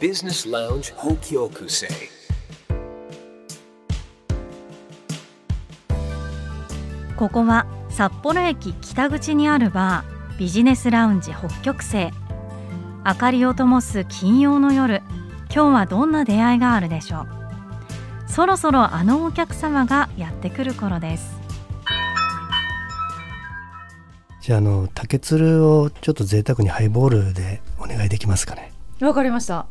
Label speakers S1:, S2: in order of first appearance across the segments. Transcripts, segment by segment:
S1: Business Lounge Hokyokusei.
S2: ここは札幌駅北口にあるバービジネスラウンジ北極星明かりを灯す金曜の夜今日はどんな出会いがあるでしょうそろそろあのお客様がやってくる頃です
S3: じゃああの竹鶴をちょっと贅沢にハイボールでお願いできますか ね
S2: わかりました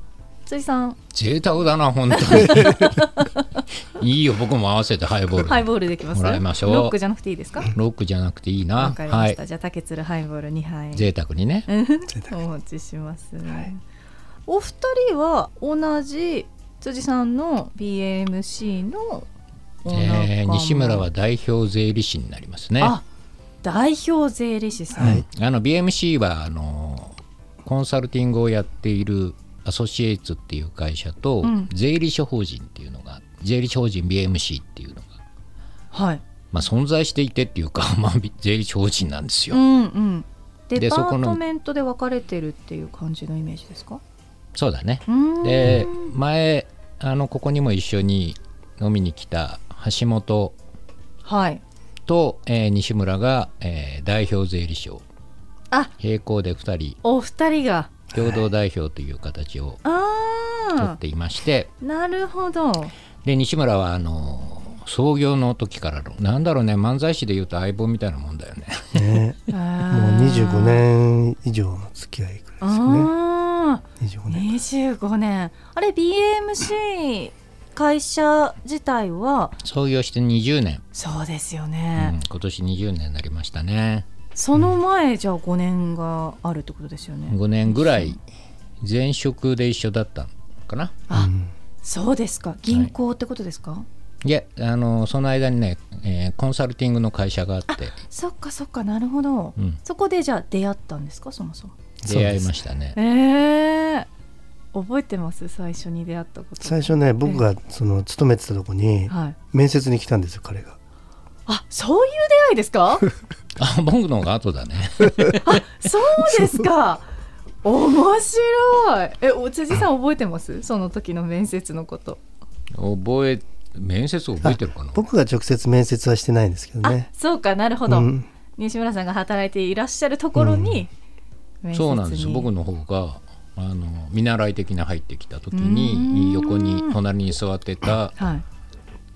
S2: 辻さん
S4: 贅沢だな本当 にいいよ僕も合わせてハイボール、
S2: ハイボールできます
S4: もらいましょう
S2: ロックじゃなくていいですか
S4: ロックじゃなくていいな
S2: わかりま
S4: は
S2: し
S4: い
S2: た、じゃあ竹鶴ハイボール2杯
S4: 贅沢にね
S3: 贅沢
S2: お持ちします、
S3: はい
S2: お二人は同じ辻さんの BMC のお仲間
S4: えー西村は代表税理士になりますね
S2: あ代表税理士さん、
S3: はい
S4: あの BMC はあのコンサルティングをやっているアソシエイツっていう会社と、
S2: うん
S4: 税理士法人っていうのが税理士法人 BMC っていうのが、
S2: はい
S4: まあ、存在していてっていうか、 まあ、税理士法人なんですよ、
S2: うんうんデパ
S4: そこ
S2: ー
S4: の
S2: トメントで分かれてるっていう感じのイメージですか
S4: そうだね
S2: うーん
S4: で前あのここにも一緒に飲みに来た橋本
S2: はい
S4: と、えー西村が、えー代表税理士を
S2: あ
S4: 並行で2人
S2: お二人が
S4: 共同代表という形を取
S2: あ
S4: っていまして、
S2: ーなるほど
S4: で西村はあの創業の時からのなんだろうね漫才師でいうと相棒みたいなもんだよね
S3: ねもう
S2: も
S3: 25年以上の付き合いくらい
S2: ああ
S3: ですよね25年
S2: 25年あれ BMC 会社自体は
S4: 創業して20年、
S2: そうですよ
S4: う
S2: ね
S4: ん、今年20年になりましたね
S2: その前じゃあ5年があるってことですよね
S4: 5年ぐらい前職で一緒だったのかな
S2: あ
S3: うん
S2: そうですか銀行ってことですか、
S4: いやあのその間にね、えーコンサルティングの会社があって
S2: そっかそっかなるほど、
S4: うん
S2: そこでじゃあ出会ったんですかそもそも
S4: 出会いましたね
S2: ええ覚えてます最初に出会ったこと
S3: 最初ね僕がその勤めてたとこに
S2: はい
S3: 面接に来たんですよ彼が
S2: あそういう出会いで すか
S4: あ僕の方が後だね
S2: そうですか面白いえお辻さん覚えてますその時の面接のこと
S4: 覚え面接覚えてるかな
S3: 僕が直接面接はしてないんですけどね
S2: あそうかなるほど、
S3: うん
S2: 西村さんが働いていらっしゃるところに、面接に
S4: そうなんです僕の方があの見習い的な入ってきた時に
S2: うーん
S4: 横に隣に座ってた
S2: はい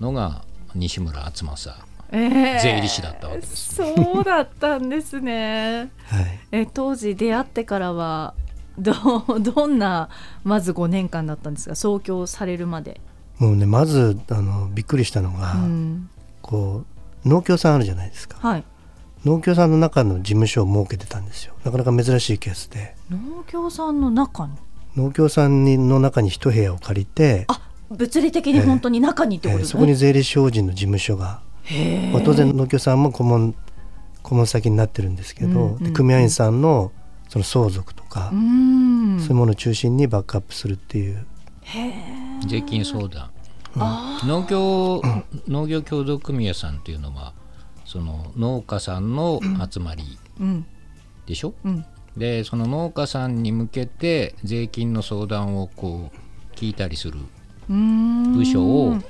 S4: のが西村敦正
S2: えー
S4: 税理士だったわけです
S2: そうだったんですね
S3: はい
S2: え当時出会ってからはどう どんなまず5年間だったんですが創業されるまで、
S3: もうねまずあのびっくりしたのが
S2: うん、
S3: こう農協さんあるじゃないですか
S2: はい
S3: 農協さんの中の事務所を設けてたんですよなかなか珍しいケースで
S2: 農協さんの中に
S3: 農協さんにの中に一部屋を借りて
S2: あ物理的に本当に中にってこ
S3: え
S2: と
S3: ー
S2: です
S3: そこに
S2: ね、
S3: 税理士法人の事務所が、まあ当然農協さんも顧問顧問先になってるんですけど、
S2: うんうん
S3: で組合員さんのその相続とか、
S2: うん
S3: そういうものを中心にバックアップするっていう
S4: 税金相談農業農業協同組合さんっていうのはその農家さんの集まり
S2: うん
S4: でしょ、
S2: うん
S4: でその農家さんに向けて税金の相談をこう聞いたりする
S2: うん
S4: 部署
S2: う
S4: を
S2: ん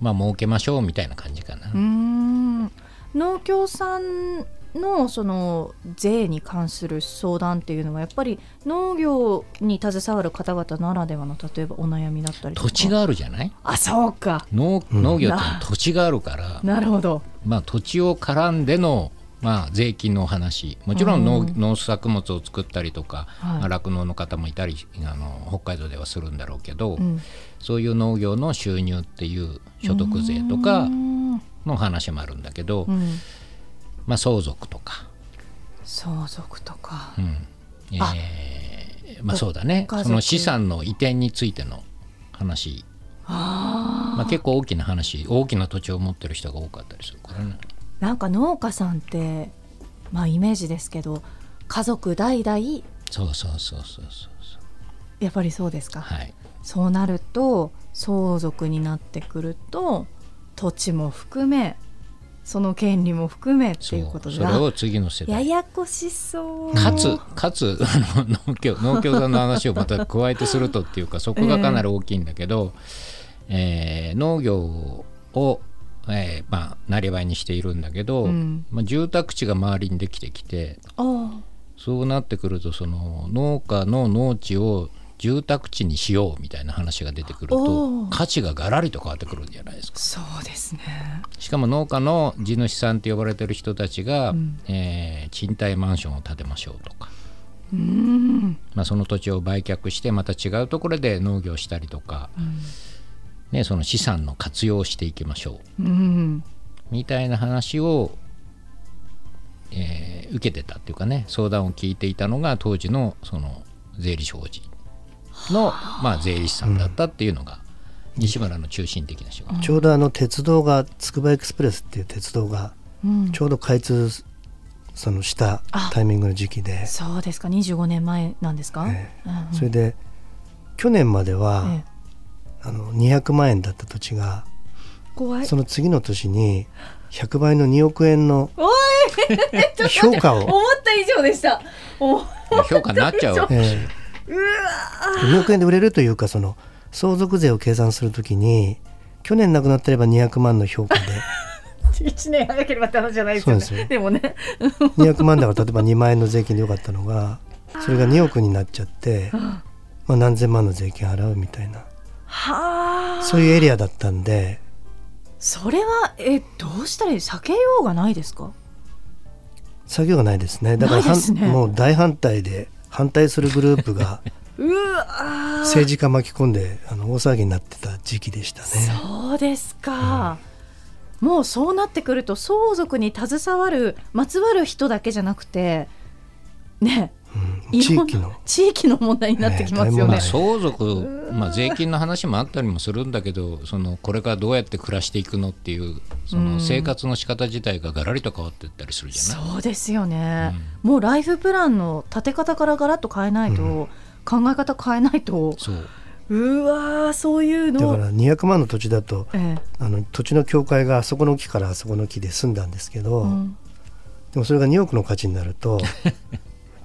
S4: まあ設けましょうみたいな感じかな、
S2: うん農協さんのその税に関する相談っていうのはやっぱり農業に携わる方々ならではの例えばお悩みだったりとか
S4: 土地があるじゃない
S2: あそうか
S4: 農
S3: ん
S4: 農業って土地があるから、
S2: なるほど
S4: まあ、土地を絡んでの、まあ、税金のお話もちろん農,、農作物を作ったりとか
S2: はい
S4: まあ酪農、の方もいたりあの北海道ではするんだろうけど、
S2: ん
S4: そういう農業の収入っていう所得税とか
S2: うん
S4: の話もあるんだけど、
S2: うん
S4: まあ、相続とか、
S2: 相続とか
S4: うんえ
S2: あ
S4: ーまあ、そうだね
S2: ご家族
S4: その資産の移転についての話まあ、結構大きな話大きな土地を持ってる人が多かったりするからね。
S2: なんか農家さんってまあイメージですけど家族代々
S4: そうそうそうそうそうそう。
S2: やっぱりそうですか、
S4: はい。
S2: そうなると相続になってくると土地も含めその権利も含めっていう
S4: そ
S2: こと
S4: う
S2: で
S4: それを次の世
S2: や
S4: 代
S2: やこしそう
S4: かつかつ あの農協農協さんの話をまた加えてするとっていうかそこがかなり大きいんだけど、えー農業を、えーまあ、なりわいにしているんだけど、
S2: ん
S4: まあ、住宅地が周りにできてきて
S2: あ
S4: そうなってくるとその農家の農地を住宅地にしようみたいな話が出てくる
S2: お
S4: と
S2: ー
S4: 価値ががらりと変わってくるんじゃないですか
S2: あそうですね
S4: しかも農家の地主さんって呼ばれてる人たちが、えー賃貸マンションを建てましょうとか、まあ、その土地を売却してまた違うところで農業したりとか、ね、その資産の活用をしていきましょう
S2: うん
S4: みたいな話を、えー受けてたっていうかね相談を聞いていたのが当時のその税理士法人の、まあ、税理士さんだったっていうのが、西村の中心的な仕事。
S3: ちょうどあの鉄道がつくばエクスプレスっていう鉄道が
S2: うん
S3: ちょうど開通そのした
S2: あ
S3: タイミングの時期で、
S2: そうですか25年前なんですか、
S3: え
S2: うんうん
S3: それで去年までは
S2: ええ
S3: あの200万円だった土地が
S2: 怖い
S3: その次の年に100倍の2億円の
S2: おい ちょっと
S3: 評価を
S2: 思った以上でしたお
S4: 評価になっちゃうわけですよ
S3: ええ2億円で売れるというかその相続税を計算するときに去年亡くなってれば200万の評価 で
S2: 1年早ければって話じゃないです
S3: そう
S2: よ
S3: です
S2: ね
S3: よ
S2: でもね
S3: 200万だから例えば2万円の税金でよかったのがそれが2億になっちゃって、まあ、何千万の税金払うみたいな
S2: はあ
S3: そういうエリアだったんで
S2: それはえどうしたらいい避けようがないですか
S3: 作業がないですねだから
S2: ないで
S3: は
S2: す
S3: ん
S2: ね
S3: もう大反対で反対するグループ が
S2: うわ
S3: 政治家巻き込んであの大騒ぎになってた時期でしたね。
S2: そうですか、もうそうなってくると相続に携わるまつわる人だけじゃなくてね
S3: うん、地
S2: いろん
S3: 域の
S2: 地域の問題になってきますよ
S3: ね
S2: ね
S4: ま
S3: え
S4: あ、相続、まあ、税金の話もあったりもするんだけどそのこれからどうやって暮らしていくのっていうその生活の仕方自体ががらりと変わっていったりするじゃない、
S2: そうですよね、もうライフプランの立て方からガラッと変えないと、考え方変えないと
S4: そう
S2: うわーそういう
S3: だ
S2: の
S3: から200万の土地だと
S2: ええ
S3: あの土地の境界があそこの木からあそこの木で済んだんですけど、
S2: うん
S3: でもそれが2億の価値になる と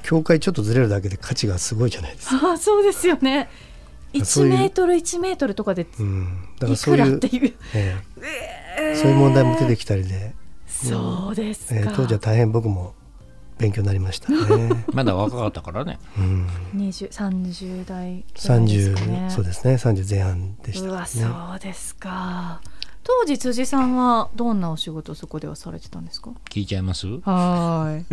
S3: 境界ちょっとずれるだけで価値がすごいじゃないですか。
S2: ああそうですよね
S3: そうい
S2: 1
S3: う
S2: メートル1メートルとかで
S3: うん、だから
S2: い
S3: そう
S2: く
S3: い
S2: ら
S3: う
S2: っていう
S3: ええそういう問題も出てきたりで、
S2: そうですか、
S3: えー当時は大変僕も勉強になりました ね。
S4: まだ若かったからね
S3: うん、
S2: 20 30代ぐらいですかね
S3: 30そうですね30前半でした
S2: う
S3: ね
S2: わそうですか当時辻さんはどんなお仕事をそこではされてたんですか
S4: 聞いちゃいます
S2: はーい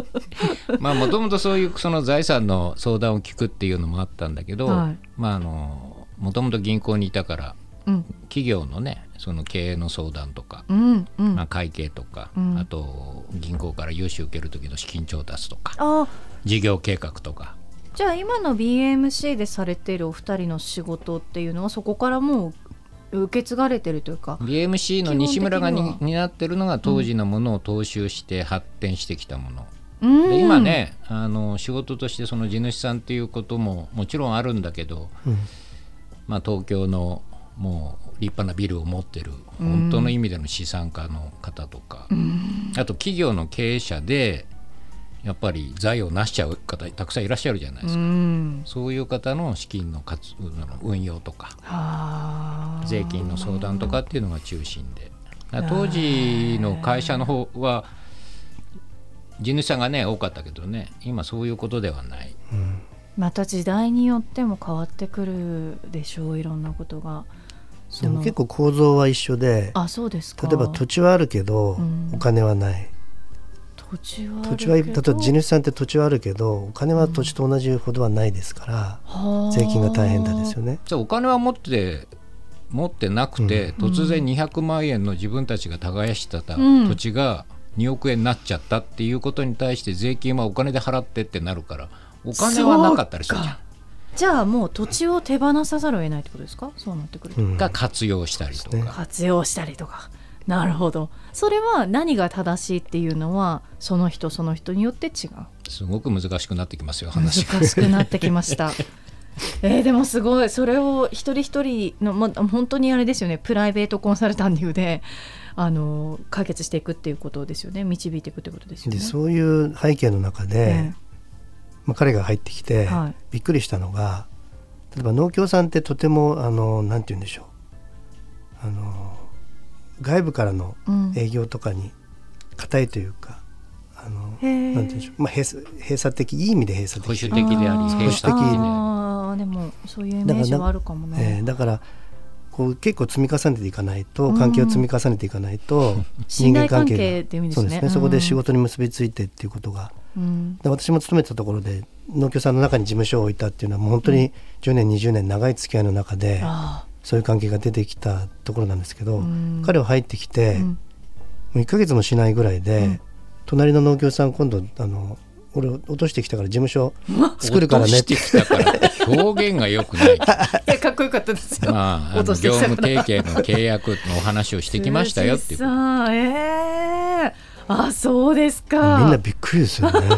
S4: まあもともとそういうその財産の相談を聞くっていうのもあったんだけど、
S2: はい
S4: まああのもともと銀行にいたから
S2: うん
S4: 企業のねその経営の相談とか、
S2: うんうん、
S4: まあ、会計とか、
S2: うん
S4: あと銀行から融資受ける時の資金調達とか
S2: あ
S4: 事業計画とか
S2: じゃあ今の BMC でされているお二人の仕事っていうのはそこからもう受け継がれてるというか
S4: BMC の西村が
S2: 基本
S4: に
S2: 的
S4: 担ってるのが当時のものを踏襲して発展してきたもの、
S2: うん
S4: で今ねあの仕事としてその地主さんっていうことももちろんあるんだけど、まあ、東京のもう立派なビルを持ってる本当の意味での資産家の方とか、あと企業の経営者でやっぱり財を成しちゃう方たくさんいらっしゃるじゃないです
S2: う
S4: か、
S2: ん
S4: そういう方の資金の活運用とか
S2: はあ
S4: 税金の相談とかっていうのが中心でだから当時の会社の方は地主さんがね多かったけどね今そういうことではない
S2: また時代によっても変わってくるでしょういろんなことがそ
S3: で
S2: の
S3: も結構構造は一緒で
S2: あそうですか
S3: 例えば土地はあるけど、
S2: ん
S3: お金はない
S2: 土地はある
S3: 土地は例え
S2: け
S3: ば
S2: ど
S3: 地主さんって土地はあるけどお金は土地と同じほどはないですから、
S2: はあ
S3: 税金が大変だですよね。
S4: じゃあお金は持って持ってなくて、突然200万円の自分たちが耕してた
S2: うん
S4: 土地が2億円になっちゃったっていうことに対して税金はお金で払ってってなるからお金はなかったりするじゃん
S2: じゃあもう土地を手放さざるを得ないってことですかそうなってくると、
S3: うん
S4: が活用したりと
S3: そ
S4: か、
S3: うですね
S2: 活用したりとかなるほどそれは何が正しいっていうのはその人その人によって違う
S4: すごく難しくなってきますよ話が。
S2: 難しくなってきました えーでもすごいそれを一人一人の、ま、本当にあれですよねプライベートコンサルタンティングであの解決していくっていうことですよね導いていくってことですよ
S3: で
S2: ね。
S3: そういう背景の中で、
S2: ええ
S3: まあ、彼が入ってきて、
S2: はい
S3: びっくりしたのが例えば農協さんってとてもあのなんて言うんでしょうあの外部からの
S2: うん
S3: 営業とかに硬いというか、あのなんて
S2: へえ
S3: 言うんでしょう、まあ、閉鎖閉鎖的いい意味で閉鎖
S4: 保守
S3: 的
S4: 的であり
S2: ー
S4: 閉
S3: 保
S4: 鎖的
S3: 守的
S4: であ
S2: あーでもそういうイメージはあるかもな。
S3: えーだからこう結構積み重ねていかないと関係を積み重ねていかない と、
S2: 信頼関係っていう意味です
S3: そ
S2: ね
S3: うですね、
S2: うん
S3: そこで仕事に結びついてっていうことが
S2: うん
S3: で私も勤めてたところで農協さんの中に事務所を置いたっていうのはもう本当に10年20年長い付き合いの中で
S2: あ
S3: そういう関係が出てきたところなんですけど、
S2: うん
S3: 彼は入ってきて、
S2: ーう
S3: も
S2: ん
S3: う1ヶ月もしないぐらいで、
S2: うん
S3: 隣の農協さん今度あの俺落としてきたから事務 所
S4: り
S3: 作るからねっ
S4: 落
S3: て
S4: としてきたからって表現が良くない
S2: いやかっこよかったですよ。
S4: まああの
S2: 落と
S4: 業
S2: してきたか
S4: 務
S2: ら
S4: 提携の契約のお話をしてきましたよっ ていう
S2: 鈴木さんええあそうですか。
S3: みんなびっくりです よね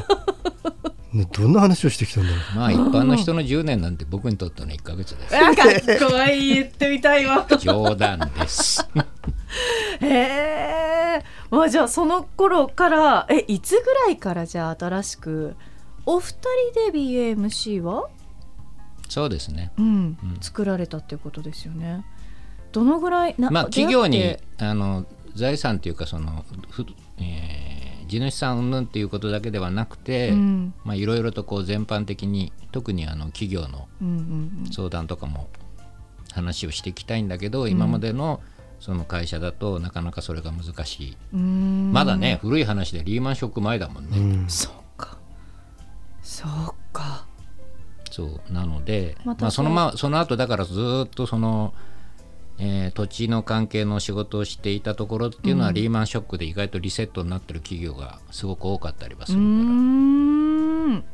S3: ねどんな話をしてきたんだろう
S4: まあ一般の人の10年なんて僕にとっての1ヶ月です
S2: あかっこいい言ってみたいわ。
S4: 冗談です
S2: へえ。まあじゃあその頃からえいつぐらいからじゃあ新しくお二人で BMC は、
S4: そうですね
S2: うん、作られたっていうことですよね。どのぐらいな
S4: まあ企業
S2: 出会
S4: に
S2: って
S4: あの財産というかそのふ、えー地主さん云々っていうことだけではなくて、
S2: うん
S4: まあいろいろとこう全般的に特にあの企業の
S2: うんうん
S4: 相談とかも話をしていきたいんだけど、今までのその会社だとなかなかそれが難しい、
S2: うんうーん
S4: まだね古い話でリーマンショック前だもんね、
S2: そうかそうか
S4: そうなので、
S2: ま
S4: ま
S2: た
S4: あ、そのまその後だからずーっとその、えー土地の関係の仕事をしていたところっていうのは、リーマンショックで意外とリセットになってる企業がすごく多かったりはす
S2: うー
S4: るか
S2: ん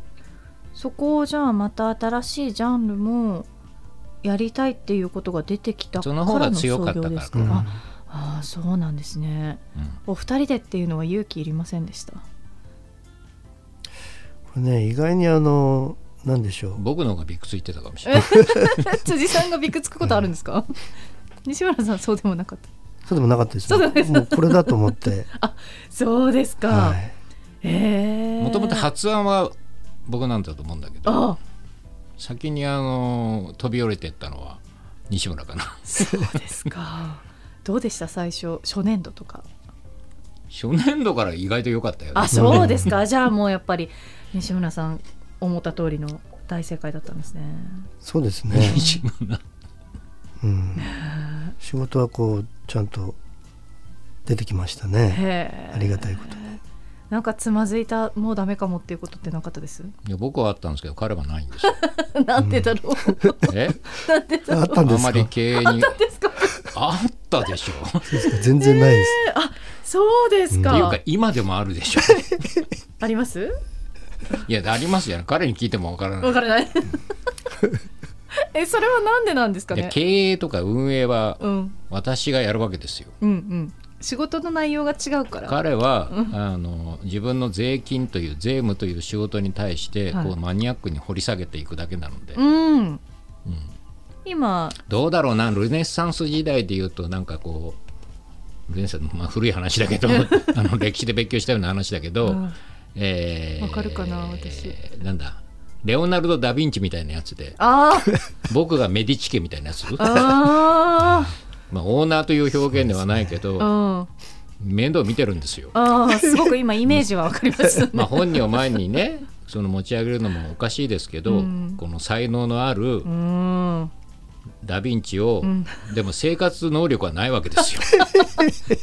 S2: そこをじゃあまた新しいジャンルもやりたいっていうことが出てきた
S4: ら
S2: か
S4: そ
S2: らの
S4: の方が
S2: 創
S4: 強かったか
S2: 業
S4: ら
S2: ですか、ああーそうなんですね、お二人でっていうのは勇気いりませんでした
S3: これね意外にあのなんでしょう
S4: 僕の方がびくついてたかもしれない
S2: 辻さんがびくつくことあるんですか 西村さんそうでもなかった
S3: そうでもなかったです
S2: そうでもなかっ
S3: も
S2: た
S3: うこれだと思 って、
S2: そうですか、
S3: はい、
S2: ええ
S4: もともと発案は僕なんだと思うんだけど
S2: あ
S4: 先にあの飛び降りてったのは西村かな
S2: そうですか どうでした最初初年度とか
S4: 初年度から意外と良かったよね
S2: あそうですかじゃあもうやっぱり西村さん思った通りの大正解だったんですね
S3: そうですね、
S4: 西村
S3: うん、仕事はこうちゃんと出てきましたね
S2: へ
S3: あ
S2: え
S3: りがたいことに
S2: なんかつまずいたもうダメかもっていうことってなかったです
S4: いや僕はあったんですけど彼はないんですよ
S2: なんでだろう
S4: え
S2: なんでだろう
S3: あったんで
S4: あ
S3: す
S4: ま
S3: か
S4: り経営に
S2: ですか
S4: あったでしょ
S3: 全然ないです、
S2: そうです
S4: っていう
S2: か
S4: か今でもあるで しょ
S2: あります
S4: いやありますよね彼に聞いてもわからない
S2: わからないえそれはなんでなんですか
S4: いや
S2: ね
S4: 経営とか運営は
S2: うんうん
S4: 私がやるわけですよ
S2: うん仕事の内容が違うから
S4: 彼は、あの自分の税金という税務という仕事に対して、
S2: はい
S4: こうマニアックに掘り下げていくだけなので、
S2: うん、今
S4: どうだろうなルネサンス時代でいうとなんかこうルネサンス、まあ、古い話だけ どあの歴史で勉強したような話だけど、
S2: うん
S4: えー
S2: わかるかな私
S4: なんだレオナルド・ダ・ヴィンチみたいなやつで
S2: あー
S4: 僕がメディチ家みたいなやつ
S2: あ
S4: まあ、オーナーという表現ではないけど、
S2: ーうん
S4: 面倒見てるんですよ。
S2: ああすごく今イメージはわかりま したね。
S4: まあ、本人を前にねその持ち上げるのもおかしいですけど、
S2: うん
S4: この才能のある
S2: うん
S4: ダ・ヴィンチを、
S2: ん
S4: でも生活能力はないわけです よ。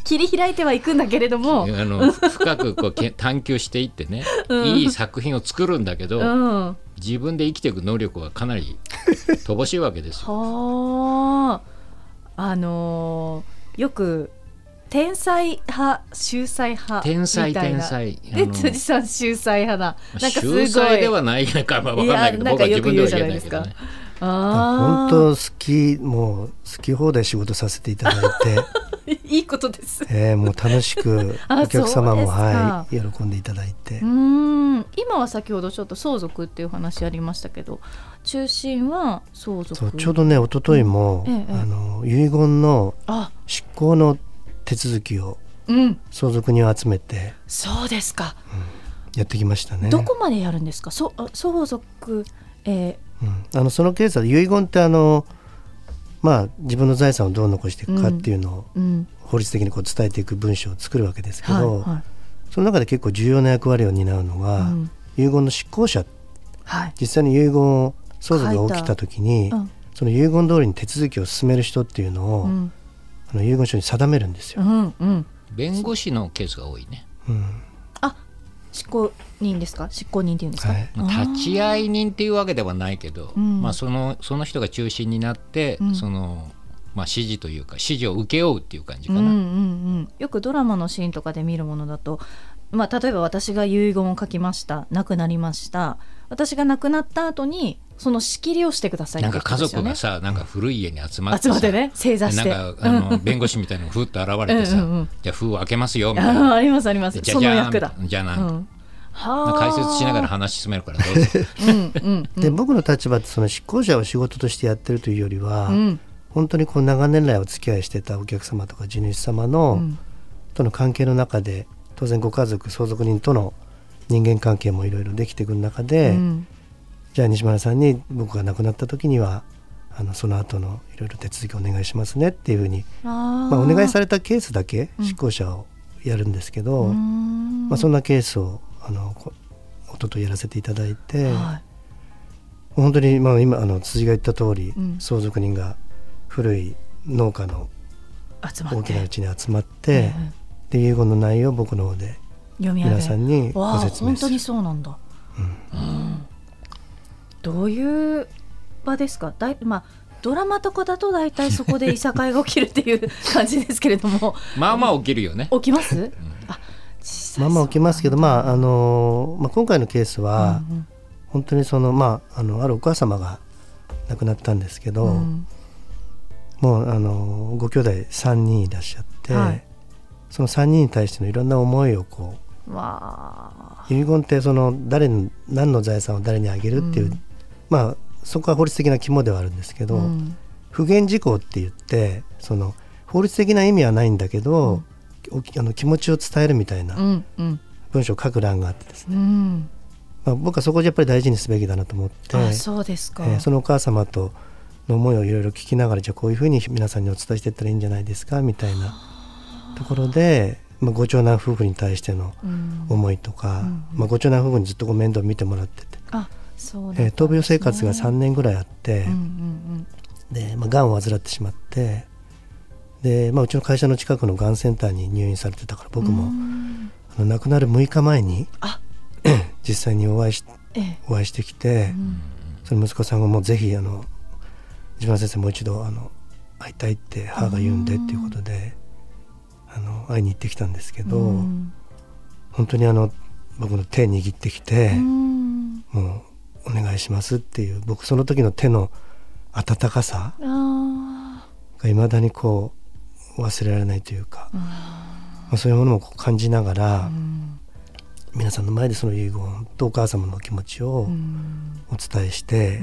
S2: 切り開いてはいくんだけれども、
S4: あの深くこうけ探求していってね、いい作品を作るんだけど、
S2: うん、は
S4: 自分で生きていく能力はかな り乏しいわけですよ。
S2: ああのーよく天才派秀才派
S4: 天才
S2: みたいな
S4: 天才
S2: で
S4: あの
S2: 辻さん秀才派ななんかすごい
S4: 秀才ではないかまあわかんないけど
S2: いやな
S4: 僕
S2: んか
S4: は
S2: よ
S4: 自
S2: く
S4: 分で
S2: 言う
S4: は
S2: じゃ
S4: 言
S2: な
S4: えない
S2: いで
S4: け
S2: す
S4: ど
S2: か
S4: ね。。
S2: あ
S3: 本
S2: あ
S3: 当好きもう好き放題仕事させていただいて、
S2: いいこと です。
S3: えーもう楽しく
S2: あ
S3: お客様も
S2: そうですか
S3: はい喜んでいただいて
S2: う、ーん今は先ほどちょっと相続っていう話ありましたけど中心は相
S3: そう
S2: 続
S3: ちょうどね一昨日も、
S2: ええ
S3: あの遺言の
S2: あ
S3: 執行の手続きを
S2: うん、
S3: 相続人を集めて
S2: そうですか。
S3: やってきましたね。
S2: どこまでやるんですか。そあ相続、え
S3: うんあのそのケースは遺言ってあの、まあ、自分の財産をどう残していくかっていうのを
S2: ー、うん、
S3: 法律的にこう伝えていく文章を作るわけですけど、
S2: はいはい
S3: その中で結構重要な役割を担うのが、
S2: うん
S3: 遺言の執行者
S2: はい。
S3: 実際に遺言を相続が起きた時に
S2: うん
S3: その遺言通りに手続きを進める人っていうのを、
S2: うん、
S3: あの遺言書に定めるんです
S2: う
S3: よ。
S2: ん、うん。
S4: 弁護士のケースが多いね、
S3: うん
S2: あ、執行人ですか。執行人って言うんですか。
S3: はい
S4: まあ立ち会い人っていうわけではないけど、
S2: うん
S4: まあ、そのその人が中心になって、
S2: うん
S4: そのまあ、指示というか指示を請け負うっていう感じ
S2: う
S4: か
S2: んう
S4: な、
S2: んうん、よくドラマのシーンとかで見るものだと、まあ、例えば私が遺言を書きました亡くなりました私が亡くなった後にその仕切りをしてくださいっ
S4: なん
S2: て
S4: か
S2: こと
S4: 家
S2: ですよ
S4: 族
S2: ね
S4: がさ、なんか古い家に集まって
S2: 集ま
S4: さ
S2: ってね正座して
S4: なんかあの
S2: うん
S4: 弁護士みたいなのがふっと現れてさ
S2: うんうんうん
S4: じゃあ封を開けますよみたい
S2: あー
S4: な
S2: ありますあります
S4: じゃ
S2: そ
S4: じ
S2: の
S4: ゃーん
S2: 役だ、
S4: じゃあな
S2: うん
S4: か
S2: ん、はあ
S4: 解説しながら話進めるからどうぞ
S2: うんうん
S3: で僕の立場ってその執行者を仕事としてやってるというよりは、
S2: うん
S3: 本当にこう長年来お付き合いしてたお客様とか地主様の、
S2: うん
S3: との関係の中で当然ご家族相続人との人間関係もいろいろできてくる中で、
S2: うん
S3: じゃあ西村さんに僕が亡くなった時にはあのその後のいろいろ手続きお願いしますねっていうふうに
S2: あ
S3: まあ、お願いさ
S2: れ
S3: れたケースだけ
S2: うん
S3: 執行者をやるんですけど、
S2: ま
S3: まあ、そんなケースをあのこおとといやらせていただいて、
S2: はい
S3: 本当にまあ今あの辻が言った通り、
S2: うん
S3: 相続人が古い農家の
S2: 集まって
S3: 大きなうちに集まっ
S2: う
S3: て、
S2: ん
S3: で遺言の内容を僕の方で
S2: 読み上げ
S3: 皆さんにご
S2: わあ
S3: 説明
S2: 本
S3: す
S2: 当
S3: る
S2: にそうなんだ、うんどういう場ですかだいまあドラマとかだと大体そこでいさかいが起きるっていう感じですけれども
S4: まあまあ起きるよね
S2: 起きますあ実際
S3: まあまあ起きますけど、まああのまあ、今回のケース
S2: そう
S3: は、
S2: うん
S3: 本当にその,、まあ、あのあるお母様が亡くなったんですけど、
S2: うん
S3: もうあのご兄弟3人いらっしゃって、
S2: はい
S3: その3人に対してのいろんな思いをこう
S2: うんわあ
S3: 遺言ってその誰に何の財産を誰にあげるっていう、
S2: うん
S3: まあそこは法律的な肝ではあるんですけど、
S2: うん
S3: 不言事項って言ってその法律的な意味はないんだけど、おきあの気持ちを伝えるみたいな
S2: うんうん
S3: 文章を書く欄があってですね、
S2: うん
S3: まあ、僕はそこをやっぱり大事にすべきだなと思って、
S2: あそうですか、
S3: えーそのお母様との思いをいろいろ聞きながらじゃあこういうふうに皆さんにお伝えしていったらいいんじゃないですかみたいなところで、まあ、ご長男夫婦に対しての
S2: うん
S3: 思いとか、
S2: うん
S3: まあ、ご長男夫婦にずっとご面倒見てもらってて、
S2: あそうなん
S3: えー
S2: ですね
S3: 闘病生活が3年ぐらいあって、
S2: うんうん
S3: で、まあ、がんを患ってしまってで、まあ、うちの会社の近くのがんセンターに入院されてたから
S2: うん
S3: 僕も、
S2: うん
S3: あの亡くなる6日前に
S2: あ
S3: 実際にお会いし
S2: ええ
S3: お会いしてきて。
S2: うん
S3: その息子さんがもうぜひあの自分先生もう一度あの会いたいって母が言うんでっていうことであの会いに行ってきたんですけど、
S2: うん
S3: 本当にあの僕の手握ってきて、
S2: うん
S3: もうお願いしますっていう僕その時の手の温かさ
S2: あ
S3: がいまだにこう忘れられないというか、まあ、そういうものもこう感じながら、皆さんの前でその遺言とお母様のお気持ちをお伝えして。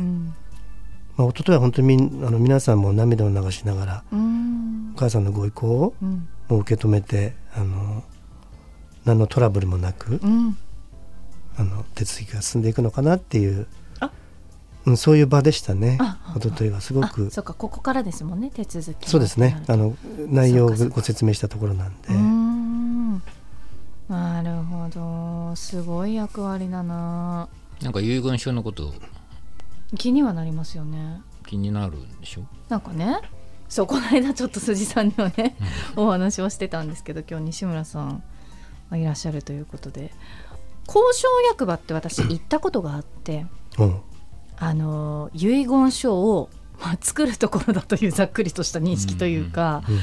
S3: まあ、一昨日は本当にみんあの皆さんも涙を流しながらお母さんのご意向をもう受け止めてあの何のトラブルもなくあの手続きが進んでいくのかなっていう
S2: あ
S3: うん、そういう場でしたね
S2: あ
S3: 一昨日はすごく
S2: そうかここからですもんね手続き
S3: そうですねあの内容を
S2: そうかそうか
S3: ご説明したところなんで
S2: うーんなるほどすごい役割だな
S4: なんか遺言書のこと
S2: 気にはなりますよね
S4: 気になるんでしょ
S2: なんかねそうこの間ちょっと辻さんにはねお話をしてたんですけど今日西村さんがいらっしゃるということで交渉役場って私行ったことがあって
S3: うん
S2: あの遺言書を、まあ、作るところだというざっくりとした認識というか、
S3: うん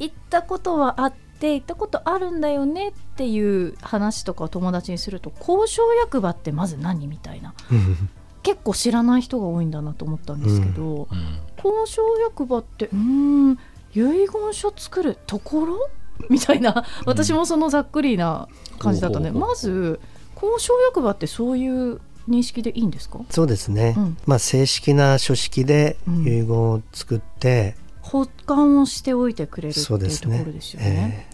S2: 行ったことはあって行ったことあるんだよねっていう話とかを友達にすると交渉役場ってまず何みたいな
S3: うん
S2: 結構知らない人が多いんだなと思ったんですけど、
S4: うん
S2: 交渉役場ってうーん遺言書作るところみたいな私もそのざっくりな感じだった
S4: ほ
S2: ね、
S4: うほうほう
S2: まず交渉役場ってそういう認識でいいんですか
S3: そうですね、
S2: うん
S3: まあ正式な書式で
S2: うん
S3: 遺言を作って、
S2: 保管をしておいてくれるって
S3: そう
S2: い
S3: で
S2: う
S3: す
S2: とこ
S3: ね
S2: ろですよね。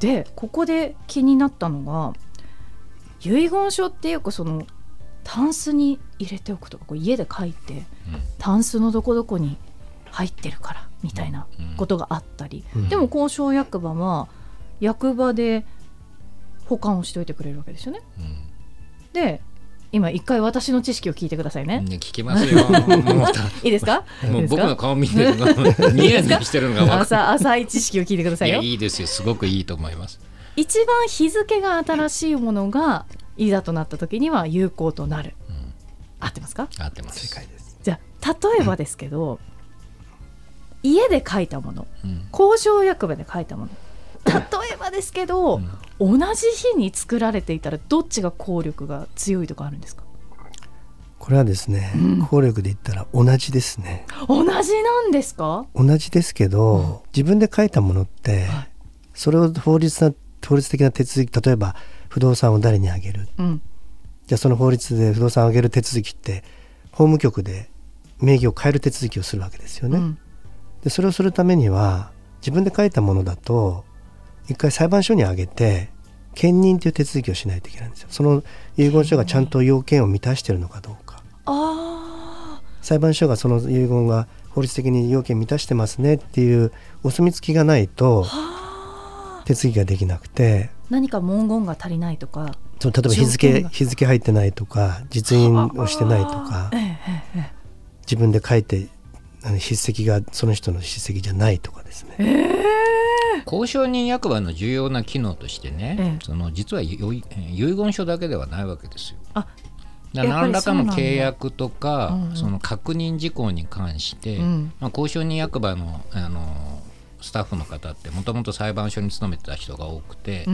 S2: でここで気になったのが遺言書っていうかそのタンスに入れておくとかこう家で書いてタンスのどこどこに入ってるからみたいな
S4: うん
S2: ことがあったり、
S3: うん
S2: でも交渉役場は役場で保管をしておいてくれるわけですよね。
S4: うん
S2: で今一回私の知識を聞いてくださいね。
S4: ね聞きます よ。もうた
S2: いいですか
S4: も
S2: いういです
S4: 僕
S2: か
S4: の顔見てるのがニヤニヤしてるのが分か
S2: 浅浅い知識を聞いてくださ
S4: る。い
S2: い
S4: や
S2: よ。
S4: いいですよ。すごくいいと思います。
S2: 一番日付が新しいものがいざとなった時には有効となる、
S4: ん
S2: 合ってますか
S4: 合ってます。
S3: 正解です
S2: じゃあ例えばですけど、家で書いたもの
S4: うん
S2: 工場役場で書いたもの例えばですけど、同じ日に作られていたらどっちが効力が強いとかあるんですか
S3: これはですね、効力で言ったら同じですね
S2: 同じなんですか
S3: 同じですけど、自分で書いたものって、
S2: はい
S3: それを法律な法律的な手続き例えば不動産を誰にあげる
S2: うん
S3: じゃあその法律で不動産を上げる手続きって法務局で名義を変える手続きをするわけですよ
S2: う
S3: ね。
S2: ん
S3: でそれをするためには自分で書いたものだと一回裁判所に上げて兼任という手続きをしないといけないんですよ。その遺言書がちゃんと要件を満たしているのかどうか
S2: あー
S3: 裁判所がその遺言が法律的に要件満たしてますねっていうお墨付きがないと手続きができなくて
S2: 何か文言が足りないとか
S3: その例えば日
S2: 条件
S3: 付
S2: が
S3: 日付入ってないとか実印をしてないとか
S2: えええええ
S3: 自分で書いてあの筆跡がその人の筆跡じゃないとかですね、
S4: 交渉人役場の重要な機能としてね
S2: え、え
S4: その実はよい遺言書だけではないわけですよ。
S2: あ
S4: だから
S2: やっぱ
S4: 何
S2: り
S4: ら
S2: そ
S4: か
S2: うなん
S4: の
S2: だ
S4: 契約とか
S2: うんうん
S4: その確認事項に関して、
S2: うん
S4: まあ、交渉人役場のあのスタッフの方ってもともと裁判所に勤めてた人が多くて
S2: うー、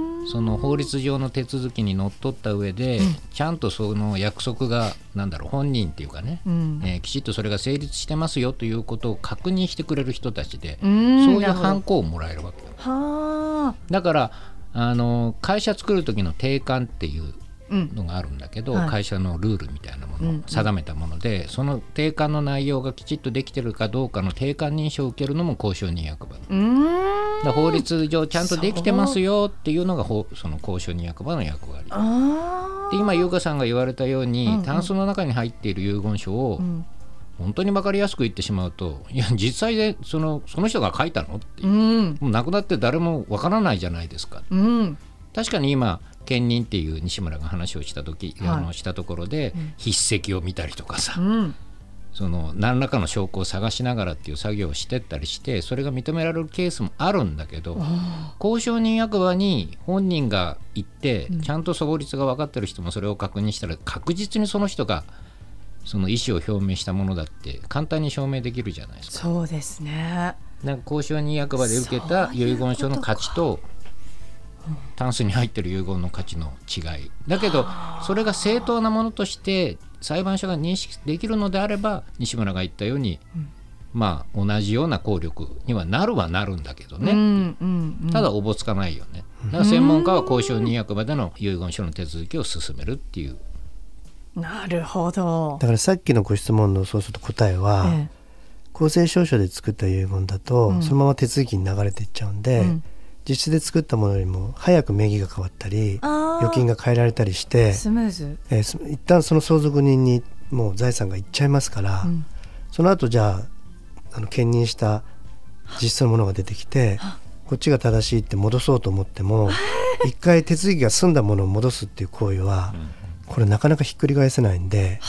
S2: ん
S4: その法律上の手続きにのっとった上で、ちゃんとその約束がなんだろう本人っていうかね、
S2: うん
S4: えーきちっとそれが成立してますよということを確認してくれる人たちで、
S2: うーん
S4: そういう
S2: なるほど
S4: ハンコをもらえるわけよ。
S2: はあ
S4: だからあの会社作る時の定款っていう
S2: うん
S4: のがあるんだけど、
S2: はい
S4: 会社のルールみたいなもの、
S2: うんうん
S4: 定めたものでその定款の内容がきちっとできてるかどうかの定款認証を受けるのも交渉人役場だ
S2: うーん
S4: だから法律上ちゃんとできてますよっていうのがほその交渉人役場の役割で
S2: あー
S4: 今優香さんが言われたように、
S2: うんうん
S4: タンスの中に入っている遺言書を、
S2: うん
S4: 本当に分かりやすく言ってしまうといや実際でそのその人が書いたのっていう、
S2: うん
S4: もう亡くなって誰も分からないじゃないですか
S2: うん
S4: 確かに今兼任っていう西村が話をした時、
S2: はい
S4: あのしたところで、筆跡を見たりとかさ、
S2: うん
S4: その何らかの証拠を探しながらっていう作業をしてったりしてそれが認められるケースもあるんだけど交渉人役場に本人が行ってちゃんと法律が分かってる人もそれを確認したら確実にその人がその意思を表明したものだって簡単に証明できるじゃないですか。
S2: そうですね
S4: なんか交渉人役場で受けた
S2: そういう
S4: 遺
S2: ことか
S4: 言書の価値とタンスに入ってる遺言の価値の違いだけどそれが正当なものとして裁判所が認識できるのであれば西村が言ったように、まあ同じような効力にはなるはなるんだけど
S2: う
S4: ね、
S2: んうんうん
S4: ただおぼつかないよねだから専門家は交渉人役場での遺言書の手続きを進めるっていう
S2: なるほど
S3: だからさっきのご質問のそうすると答えは、
S2: え
S3: 公正証書で作った遺言だと、
S2: ん
S3: そのまま手続きに流れていっちゃうんで、
S2: うん
S3: 実質で作ったものよりも早く名義が変わったり
S2: あー
S3: 預金が変えられたりして
S2: え、スムーズ
S3: えーそ一旦その相続人にもう財産がいっちゃいますから、
S2: ん
S3: その後じゃああの兼任した実質のものが出てきてこっちが正しいって戻そうと思っても一回手続きが済んだものを戻すっていう行為は、これなかなかひっくり返せないんで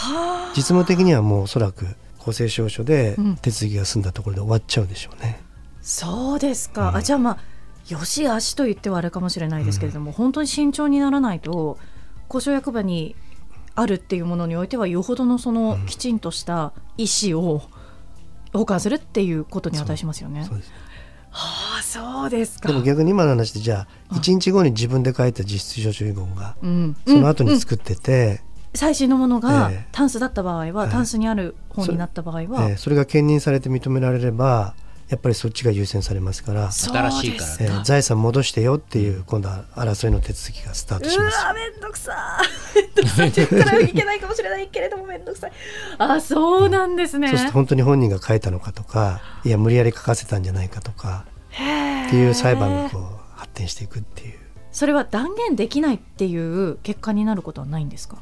S3: 実務的にはもうおそらく公正証書で
S2: ん
S3: 手続きが済んだところで終わっちゃうでしょうね。
S2: そうですか、あじゃあまあよし悪しと言ってはあれかもしれないですけれども、本当に慎重にならないと交渉役場にあるっていうものにおいてはよほどのそのきちんとした意思を保管するっていうことに値しますよね。
S3: そうです
S2: ああそうですか
S3: でも逆に今の話でじゃあ1日後に自分で書いた実質証書遺言が
S2: うん、
S3: その後
S2: うんう
S3: に
S2: ん
S3: 作ってて、
S2: 最新のものが
S3: ええ
S2: タンスだった場合は、
S3: い
S2: タンスにある方になった場合は、
S3: えーそれが兼任されて認められればやっぱりそっちが優先されますから、
S4: 新しいから
S3: えー財産戻してよっていう今度は争いの手続きがスタートし
S2: う
S3: ます。
S2: わめんどくさーめんどくさいって言ったらいけないかもしれないけれどもめんどくさいあそうなんですね
S3: そして本当に本人が書いたのかとかいや無理やり書かせたんじゃないかとかっていう裁判がこう発展していくっていう
S2: それは断言できないっていう結果になることはないんですか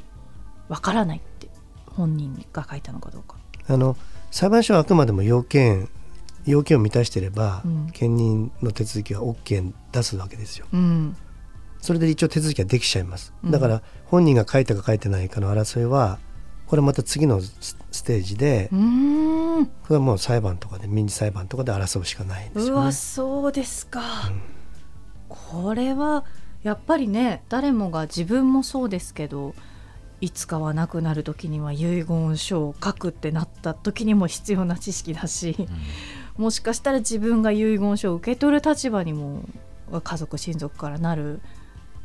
S2: わからないって本人が書いたのかどうか
S3: あの裁判所はあくまでも要件要件を満たしてれば、
S2: うん
S3: 兼任の手続きは OK 出すわけですよ
S2: うん
S3: それで一応手続きはできちゃいます
S2: うん
S3: だから本人が書いたか書いてないかの争いはこれまた次のスステージで
S2: うーん
S3: これはもう裁判とかで民事裁判とかで争うしかないんです
S2: う
S3: よね
S2: わそうですか、これはやっぱりね誰もが自分もそうですけどいつかは亡くなる時には遺言書を書くってなった時にも必要な知識だし、もしかしたら自分が遺言書を受け取る立場にも家族親族からなる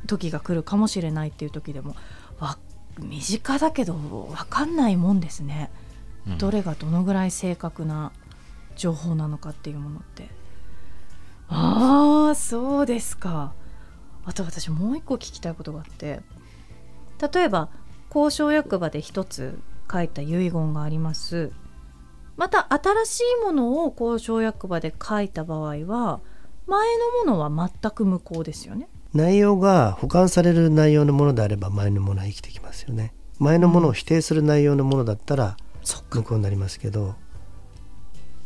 S2: 時が来るかもしれないっていう時でもわ身近だけど分かんないもんですね、
S4: うん
S2: どれがどのぐらい正確な情報なのかっていうものってああそうですかあと私もう一個聞きたいことがあって例えば交渉役場で一つ書いた遺言がありますまた新しいものを交渉役場で書いた場合は前のものは全く無効ですよね。
S3: 内容が保管される内容のものであれば前のものは生きてきますよね前のものを否定する内容のものだったら
S2: そっ
S3: 無効になりますけど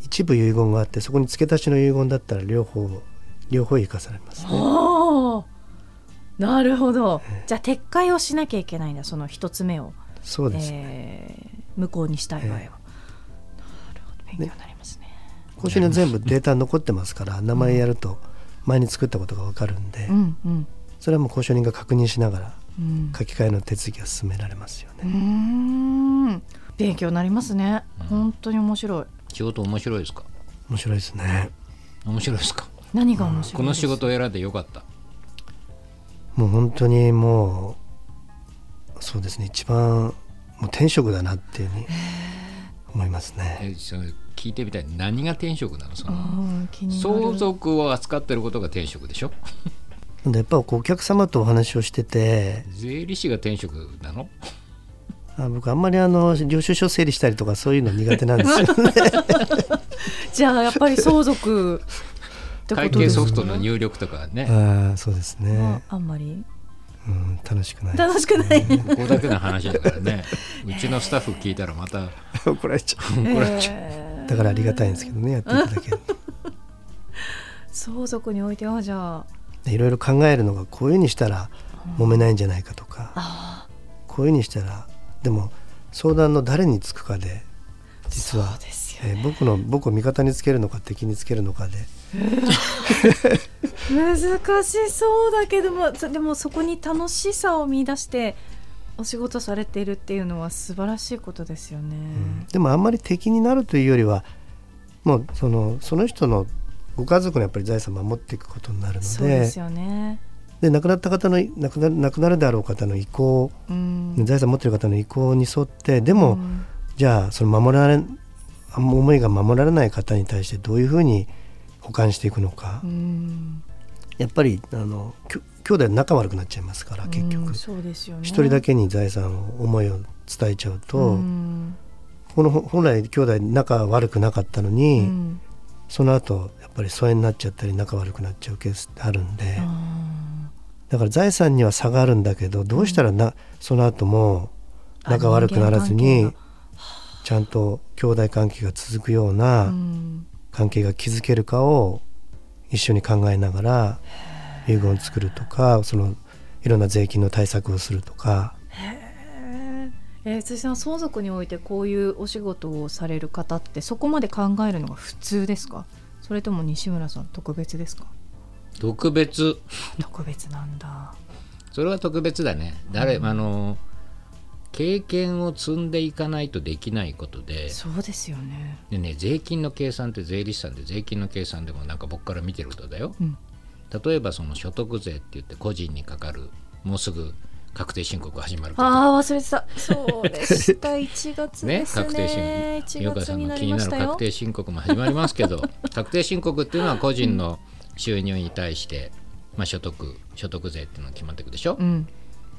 S3: 一部遺言があってそこに付け足しの遺言だったら両方両方生かされますね
S2: おーなるほど。じゃあ撤回をしなきゃいけないんだその一つ目を、
S3: そうですね、
S2: えー無効にしたい場合は。
S3: ええ
S2: なるほど勉強になりますね。
S3: 公衆には全部データ残ってますから名前やると前に作ったことがわかるんで、
S2: うんうん
S3: それはもう交渉人が確認しながら
S2: うん。
S3: 書き換えの手続きが進められますよね、
S2: うーん勉強になりますね。本当に面白い。
S4: 仕事面白いですか
S3: 面白いですね
S4: 面白いですか
S2: 何が面白いですか
S4: この仕事を選んでよかった
S3: もう本当にもうそうですね一番もう天職だなっていうふうに思いますね
S4: えその聞いてみたい何が転職なのその
S2: うん気になる
S4: 相続を扱ってることが転職でしょ
S3: なんでやっぱこうお客様とお話をしてて
S4: 税理士が転職なの
S3: あ僕あんまりあの領収書整理したりとかそういうの苦手なんです よね
S2: じゃあやっぱり相続ってこと
S4: 会
S2: で
S4: 計
S2: す
S4: ソ
S2: ね
S4: フトの入力とかね
S3: ああそうです
S2: ま
S3: ね、
S2: ああんまり
S3: うん、楽しくない
S2: 楽しくない。
S4: ここだけの話だから ねうちのスタッフ聞いたらまた
S3: 怒られちゃう
S4: 怒られちゃ
S2: えー
S3: だからありがたいんですけどねやっていただけると
S2: 相続においてはじゃあ
S3: でいろいろ考えるのがこういうふうにしたら揉めないんじゃないかとかこういうふうにしたらでも相談の誰につくかで実は
S2: そうですよ
S3: えー僕の僕を味方につけるのか敵につけるのかで
S2: 難しそうだけどもそでもそこに楽しさを見出してお仕事されているっていうのは素晴らしいことですよね。
S3: でもあんまり敵になるというよりはもうそのその人のご家族のやっぱり財産を守っていくことになるの
S2: そうで
S3: です
S2: よね。
S3: で亡くなった方の亡くなる亡くなるであろう方の意向、
S2: うん。
S3: 財産持ってる方の意向に沿ってでも、じゃあその守られあ思いが守られない方に対してどういうふうに保管していくのか、
S2: うん。
S3: やっぱりあのきょ兄弟仲悪くなっちゃいますから結
S2: う
S3: 局
S2: ん
S3: 一、
S2: そうですよね。
S3: 人だけに財産を思いを伝えちゃうと。
S2: うん
S3: このほ本来兄弟仲悪くなかったの
S2: う
S3: に、
S2: ん。
S3: その後やっぱり疎遠になっちゃったり仲悪くなっちゃうケースってあるんで、だから財産には差があるんだけどどうしたらな、その後も仲悪くならず
S2: あ人間関
S3: に
S2: 係
S3: ちゃんと兄弟関係が続くよう
S2: う
S3: なん関係が築けるかを一緒に考えながら遺言を作るとかそのいろんな税金の対策をするとか。
S2: へええー、辻さん相続においてこういうお仕事をされる方ってそこまで考えるのが普通ですかそれとも西村さん特別ですか
S4: 特別
S2: 特別なんだ
S4: それは特別だね誰、あの経験を積んでいかないとできないことで
S2: そうですよね
S4: でね税金の計算って税理士さんで税金の計算でもなんか僕から見てることだよ、
S2: うん
S4: 例えばその所得税って言って個人にかかるもうすぐ確定申告始まると
S2: ああ忘れてた。そうでした。1月
S4: ね
S2: ですね。
S4: 確定申
S2: 1
S4: 告
S2: 月
S4: さん
S2: に
S4: の
S2: な
S4: 気
S2: り
S4: に
S2: ま
S4: な
S2: し
S4: る
S2: た
S4: 確
S2: よ。
S4: 定申告も始まりますけ ど確定申告っていうのは個人の収入に対して、まあ、所得所得税っていうのが決まってくるでしょ、
S2: うん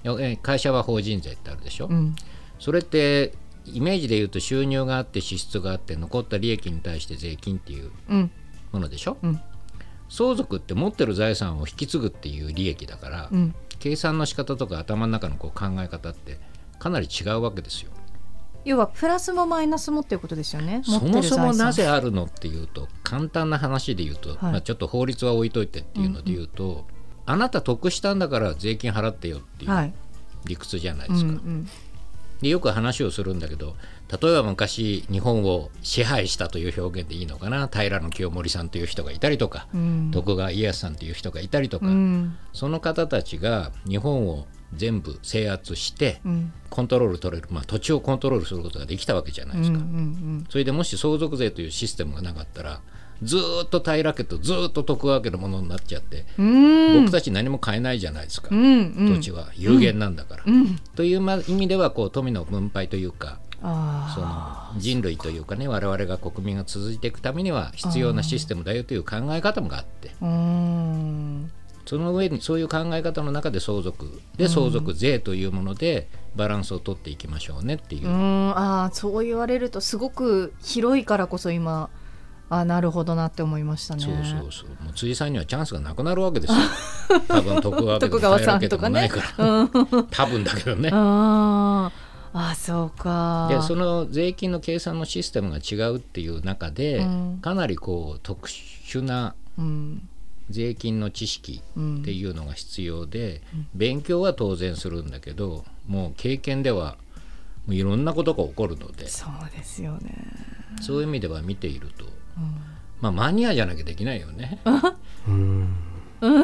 S4: よえ会社は法人税ってあるでしょ、
S2: うん
S4: それってイメージで言うと収入があって支出があって残った利益に対して税金っていう
S2: うん
S4: ものでしょ、
S2: うん
S4: 相続って持ってる財産を引き継ぐっていう利益だから、
S2: うん
S4: 計算の仕方とか頭の中のこう考え方ってかなり違うわけですよ。
S2: 要はプラスもマイナスもっていうことですよね。持
S4: そ
S2: ってる
S4: も
S2: 財
S4: そ
S2: 産
S4: もなぜあるのっていうと簡単な話で言うと、
S2: はい
S4: まあ、ちょっと法律は置いといてっていうので言うと、あなた得したんだから税金払ってよってい
S2: は
S4: う
S2: い。
S4: 理屈じゃないうで
S2: ん
S4: す
S2: う
S4: か。
S2: ん
S4: でよく話をするんだけど例えば昔日本を支配したという表現でいいのかな平清盛さんという人がいたりとか、
S2: うん
S4: 徳川家康さんという人がいたりとか、
S2: うん
S4: その方たちが日本を全部制圧して
S2: うん
S4: コントロール取れる、まあ、土地をコントロールすることができたわけじゃない
S2: うんう
S4: ですか。
S2: ん
S4: それでもし相続税というシステムがなかったらずーっと平家とずーっと徳川家のものになっちゃって、
S2: うん
S4: 僕たち何も買えないじゃないですか、
S2: うんうん
S4: 土地は有限なんだから。
S2: うん
S4: という、ま、意味ではこう富の分配というかそ
S2: あ
S4: の人類というかね我々が国民が続いていくためには必要なシステムだよという考え方もあって
S2: あうん
S4: その上にそういう考え方の中で相続で相続税というものでバランスを取っていきましょうねっていうう、
S2: んああそう言われるとすごく広いからこそ今あなるほどなって思いましたね。
S4: そうそうそうもう辻さんにはチャンスがなくなるわけ ですよ多分徳川家でも
S2: 徳川
S4: 平
S2: さん
S4: 家で
S2: と
S4: も
S2: か
S4: な
S2: ね
S4: いか。
S2: う
S4: ら
S2: ん
S4: 多分だけどね
S2: あーあそうか
S4: でその税金の計算のシステムが違うっていう中で、
S2: うん
S4: かなりこう特殊な
S2: うん
S4: 税金の知識
S2: うん
S4: っていうのが必要で、勉強は当然するんだけどもう経験ではもういろんなことが起こるので
S2: そうですよね、
S4: そういう意味では見ていると、
S2: うん
S4: まあ、マニアじゃなきゃできないよね。
S3: うん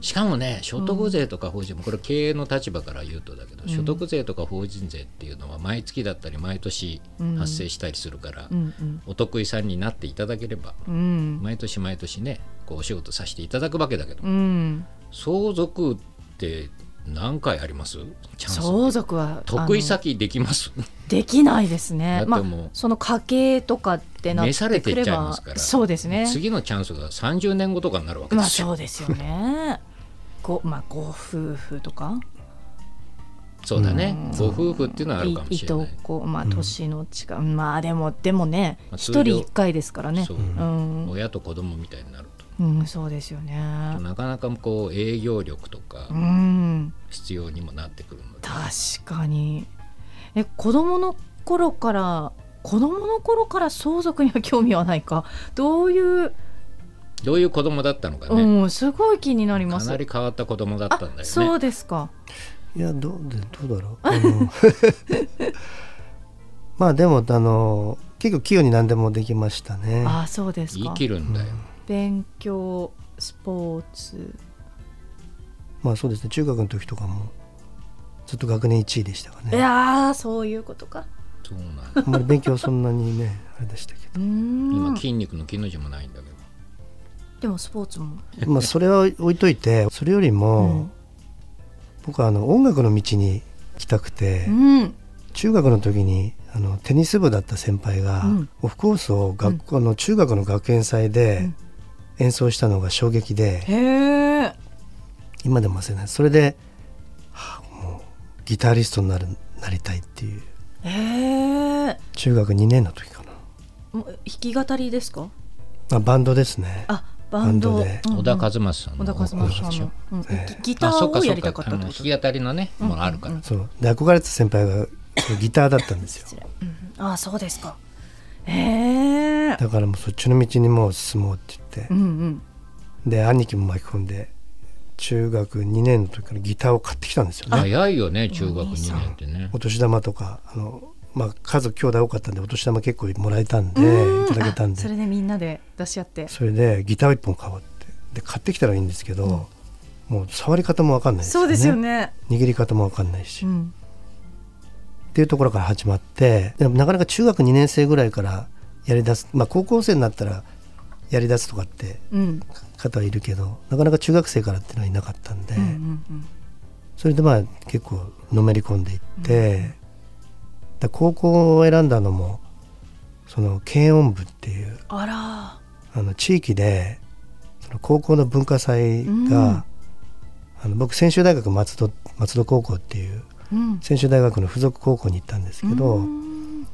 S4: しかもね所得税とか法人もこれ経営の立場から言うとだけど、所得税とか法人税っていうのは毎月だったり毎年発生したりするから、
S2: うんうん
S4: お得意さんになっていただければ
S2: うん
S4: 毎年毎年ねこうお仕事させていただくわけだけど、
S2: うん、
S4: 相続って何回ありますチャンス
S2: 相続は
S4: 得意
S2: あ
S4: 先できます
S2: のできないですね
S4: だっ。て
S2: まあ
S4: もう
S2: その家計とかってなっ
S4: 召されて
S2: てく
S4: いっ
S2: れ
S4: ちゃいま
S2: ば
S4: すから
S2: そうですね。
S4: 次のチャンスが30年後とかになるわけで
S2: まあ
S4: すよ、
S2: そうですよね。 ごまあご夫婦とか
S4: そうだね、ご夫婦っていうのはあるかも
S2: い
S4: しれ
S2: と
S4: ない
S2: こまあ年の近い、まあでもでもね
S4: まあ
S2: 一、
S4: 通常
S2: 人一回ですからね。
S4: そうう、
S2: ん、
S4: 親と子供みたいになると
S2: うん、そうですよね。
S4: なかなかこう営業力とか
S2: うん。
S4: 必要にもなってくるので、
S2: 確かにえ子供の頃から子供の頃から相続には興味はないかどういう、
S4: どういう子供だったのかね、
S2: うんすごい気になりま
S4: か
S2: す
S4: なり変わった子供だったんだよね
S2: あそうですか
S3: いやどうでどうだろう あの まあでもあの結構器用に何でもできましたね
S2: あそうです
S4: 生
S2: か
S4: きるんだよ、
S2: 勉強スポーツ
S3: まあそうですね中学の時とかもずっと学年1位でしたか
S2: い
S3: ね
S2: やーそういうことか
S4: そうなん
S3: あんまり勉強はそんなにねあれでしたけ
S2: うー
S4: 今
S2: ん
S4: 筋肉の木の字もないんだけど
S2: でもスポーツも
S3: どまあそれは置いといてそれよりも、僕はあの音楽の道に行きたくて、
S2: うん
S3: 中学の時にあのテニス部だった先輩が、
S2: うん
S3: オフコースを学校、の中学の学園祭で演奏したのが衝撃で、
S2: へえ
S3: 今でも忘れないそれで、はあもうギタリストになるなりたいっていう
S2: へえ
S3: 中学2年の時かな
S2: もう弾き語りですか
S3: あバンドですね
S2: あバンド
S3: バンドで
S2: うんうん
S4: 小田和正さんの
S2: 小田和正さんの、うん
S3: ええ
S2: ギギタ
S4: あそ
S2: ー
S4: っ
S2: を
S4: かそ
S2: や
S4: っ
S2: り
S4: か
S2: た
S4: あ
S2: かったって
S4: の弾
S2: こと
S4: き語りのねものあるから、
S3: そうで憧れてた先輩がそうギターだったんです よ
S2: ああそうですかへえ
S3: だからもうそっちの道にもう進もうって言って
S2: う、んうん
S3: で兄貴も巻き込んで中学2年の時からギターを買ってきたんですよね
S4: 早いよね中学2年ってね
S3: お年玉とかあの、まあ、家族兄弟多かったんでお年玉結構もらえたんでいただけたんで
S2: そ
S3: そ
S2: れ
S3: れ
S2: でみんなで出し合って
S3: でギターを1本買おうってで買ってきたらいいんですけど、もう触り方も分かんないですよ
S2: そ
S3: ね
S2: うですよね
S3: 握り方も分かんないし、
S2: う
S3: っ
S2: ん
S3: ていうところから始まってでもなかなか中学2年生ぐらいからやりだす、まあ、高校生になったらやりだすとかって
S2: うん
S3: 方はいるけどなかなか中学生からっていうのはいなかったんで、
S2: うんうん
S3: それでまあ結構のめり込んでいって、だ高校を選んだのもその軽音部っていう
S2: あら
S3: あの地域でその高校の文化祭が、
S2: うん
S3: あの僕専修大学松戸松戸高校っていう
S2: うん
S3: 専修大学の附属高校に行ったんですけど、
S2: うん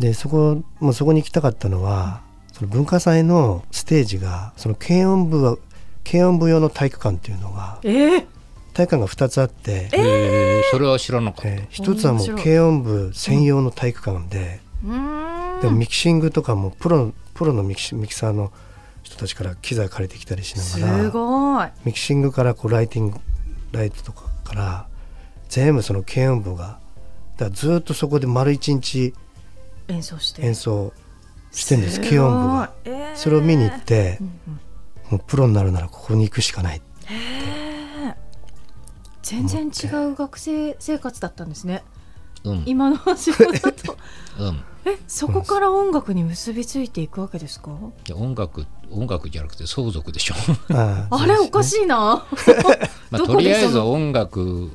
S3: でそこもうそこに行きたかったのはその文化祭のステージがその軽音部は軽音部用の体育館っていうのが
S2: ええ
S3: 体育館が2つあって、
S4: へえそれは知らなかった、
S3: えー1つはもう
S2: 面白い
S3: 軽音部専用の体育館で,、
S2: うん
S3: でもミキシングとかもプロプロのミキシミキサーの人たちから機材借りてきたりしながら
S2: すごい
S3: ミキシングからこうライティングライトとかから全部その軽音部がだからずっとそこで丸一日
S2: 演奏して
S3: 演
S2: 奏
S3: 奏してるんです軽音部が。それを見に行って、もうプロになるならここに行くしかない
S2: 全然違う学生生活だったんですね
S4: うん
S2: 今の仕事 と
S4: うん
S2: えそこから音楽に結びついていくわけですか
S4: いや音楽音楽じゃなくて相続 でしょ、
S3: あ
S2: あれおかし いな
S4: まあ、と
S2: どこでその
S4: りあえず音楽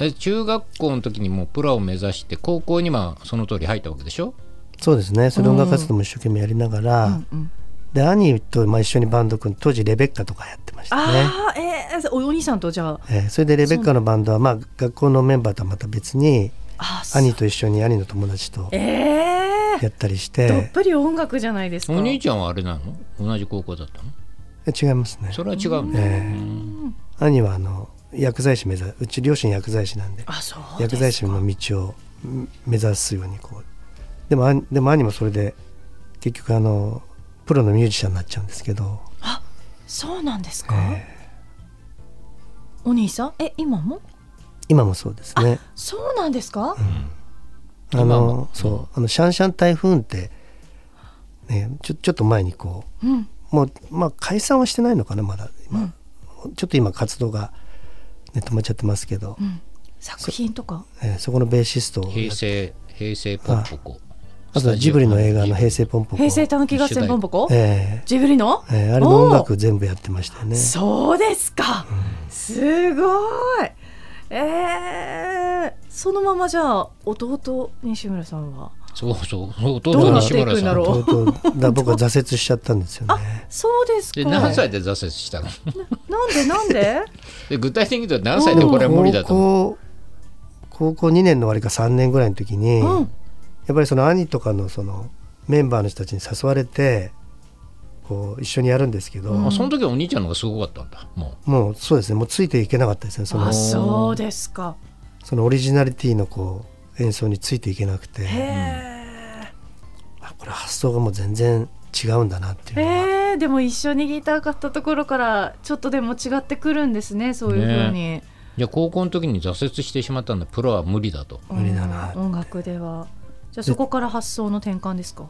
S4: え中学校の時にもうプロを目指して高校にまあその通り入ったわけでしょ
S3: そうですねそれで音楽活動も一生懸命やりながら、
S2: うん
S3: で兄とまあ一緒にバンド組んで当時レベッカとかやってましたね、
S2: ああ、えー、おお兄さんとじゃあ
S3: えーそれでレベッカのバンドはまあ学校のメンバーとはまた別に
S2: あー
S3: 兄
S2: そう
S3: と一緒に兄の友達と
S2: ええ
S3: やったりし、
S2: どってぷり音楽じゃないですか
S4: お兄ちゃんはあれなの同じ高校だったの
S3: え違いますね
S4: それは違うんだ、
S3: えー兄はあの薬剤師目指うち両親薬剤師なんで
S2: あそうですか
S3: 薬剤師の道をん目指すようにこうでもあんでも兄もそれで結局あのプロのミュージシャンになっちゃうんですけど
S2: そうなんですか、お兄さんえ今も
S3: 今もそうですね
S2: そうなんです
S3: あ
S2: か、
S4: 今
S3: の
S4: も
S3: そうあのシャンシャン台風って、ね、ちょちょっと前にこう、
S2: うん
S3: もう、まあ、解散はしてないのかなまだ今、ちょっと今活動が、ね、止まっちゃってますけど、
S2: 作品とか
S3: えーそこのベーシストを
S4: 平成平成ポンポコ
S3: あとはジブリの映画の「平成ポンポコ」
S2: 平成たぬき合戦ポンポコ、
S3: え
S2: ジブリの、
S3: ーえーあれの音
S2: お
S3: 楽全部やってましたよね
S2: ーそうですか、すごいえー、そのままじゃあ弟西村さんは
S4: そうそう
S2: ど
S4: 弟
S2: う
S4: の
S2: なって
S4: 西
S2: いくん
S4: 村さ
S2: だ
S4: ん
S2: ろう
S3: とうとうだから僕は挫折しちゃったんですよね。
S2: そうです
S4: で
S2: か
S4: 何歳で挫折したの
S2: なんでなんで
S4: で具体的に言うと何歳でこれは無理だと思
S3: 高校
S4: う
S3: 高校2年の終わりか3年ぐらいの時に、
S2: うん
S3: やっぱりその兄とかのそのメンバーの人たちに誘われてこう一緒にやるんですけど、
S4: あその時はお兄ちゃんの方がすごかったんだも
S3: もうそうですねもうついていけなかったですねその
S2: あ そうですか
S3: そのオリジナリティのこう演奏についていけなくて
S2: へえ
S3: あこれ発想がもう全然違うんだなっていうのは、
S2: えー、でも一緒にギター買ったところからちょっとでも違ってくるんですねそういうふうに、
S4: うじゃあ高校の時に挫折してしまったんだプロは無理だと
S2: うん
S3: 無理だな
S2: 音楽ではじゃあそこから発想の転換ですか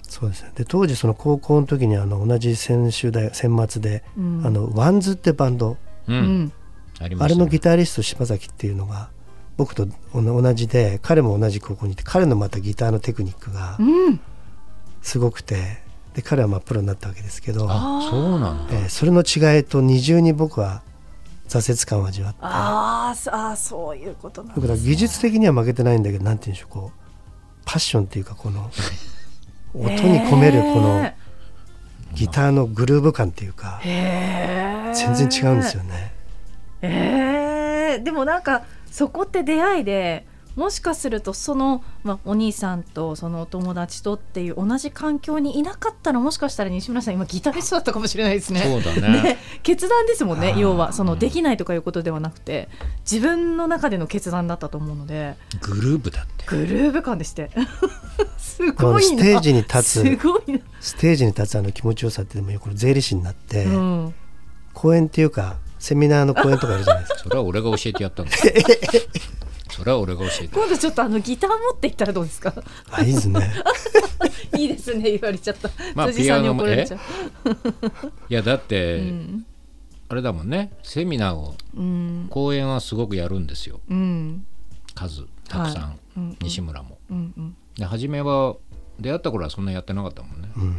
S3: そうですねで当時その高校の時にあの同じ専修大選末で、
S2: うん
S3: あのワンズってバンド、
S4: うん、
S2: うん
S4: ありま
S3: あ
S4: し
S3: れ
S4: たね
S3: のギタリスト柴崎っていうのが僕とおな同じで彼も同じ高校にいて彼のまたギターのテクニックが
S2: うん
S3: すごくて、で彼はまあプロになったわけですけど、
S4: あそうなんだ
S3: えーそれの違いと二重に僕は挫折感を味わって
S2: あーそあーそういうことなん
S3: 僕
S2: だ
S3: ら技術的には負けてないんだけどなんて言うんでしょうこうパッションっていうかこ の音に込めるこのギターのグルーヴ感っていうか
S2: へー
S3: 全然違うんですよね。
S2: えー、でもなんかそこって出会いでもしかするとその、まあ、お兄さんとそのお友達とっていう同じ環境にいなかったらもしかしたら西村さん今ギタリストだったかもしれないですね。
S4: そうだね
S2: ね、 決断ですもんね
S4: あー
S2: 要はそのできないとかいうことではなくて自分の中での決断だったと思うので
S4: グループだって
S2: グルーヴ感でして すごい
S3: ス
S2: な
S3: テージに立つ
S2: すごいな、
S3: ステージに立つあの気持ちよさってでもこれ税理士になって、
S2: うん、
S3: 公演っていうかセミナーの公演とかあるじゃ ないですか
S4: それは俺が教えてやったんだそれは俺が教えて
S2: 今度ちょっとあのギター持っていったらどうですか
S3: あいいですね
S2: いいですね言われちゃった、
S4: まあ
S2: 辻さんに
S4: ピアノも
S2: 怒られちゃう。
S4: いやだって、
S2: うん
S4: あれだもんねセミナーを
S2: うん
S4: 講演はすごくやるんですよ
S2: うん
S4: 数たくさん、
S2: はうんうん
S4: 西村も
S2: うんうん
S4: で初めは出会った頃はそんなやってなかったもんね、
S3: ん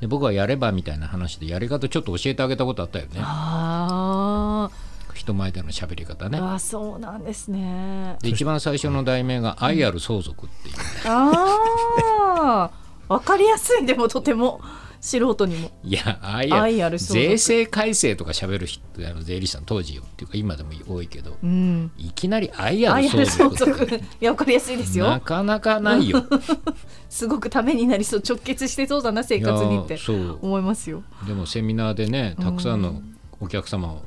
S4: で僕はやればみたいな話でやり方ちょっと教えてあげたことあったよね
S2: ああ
S4: 一人前での喋り方ね。
S2: ああそうなんですね。
S4: で一番最初の題名が「愛ある相続」 っていう、
S2: ああわかりやすいでもとても素人にも。
S4: いや愛ある
S2: 愛ある相続
S4: 税制改正とか喋る人あの税理士さん当時よっていうか今でも多いけど、
S2: うん。
S4: いきなり愛ある
S2: 愛ある
S4: 相
S2: 相
S4: 続っ
S2: 続
S4: て
S2: いやわかりやすいです
S4: な
S2: よ。
S4: かなかない よ。
S2: すごくためになりそう直結してそうだな生
S4: いや
S2: 活にって
S4: そう
S2: 思いますよ。
S4: でもセミナーでねたくさんのお客様を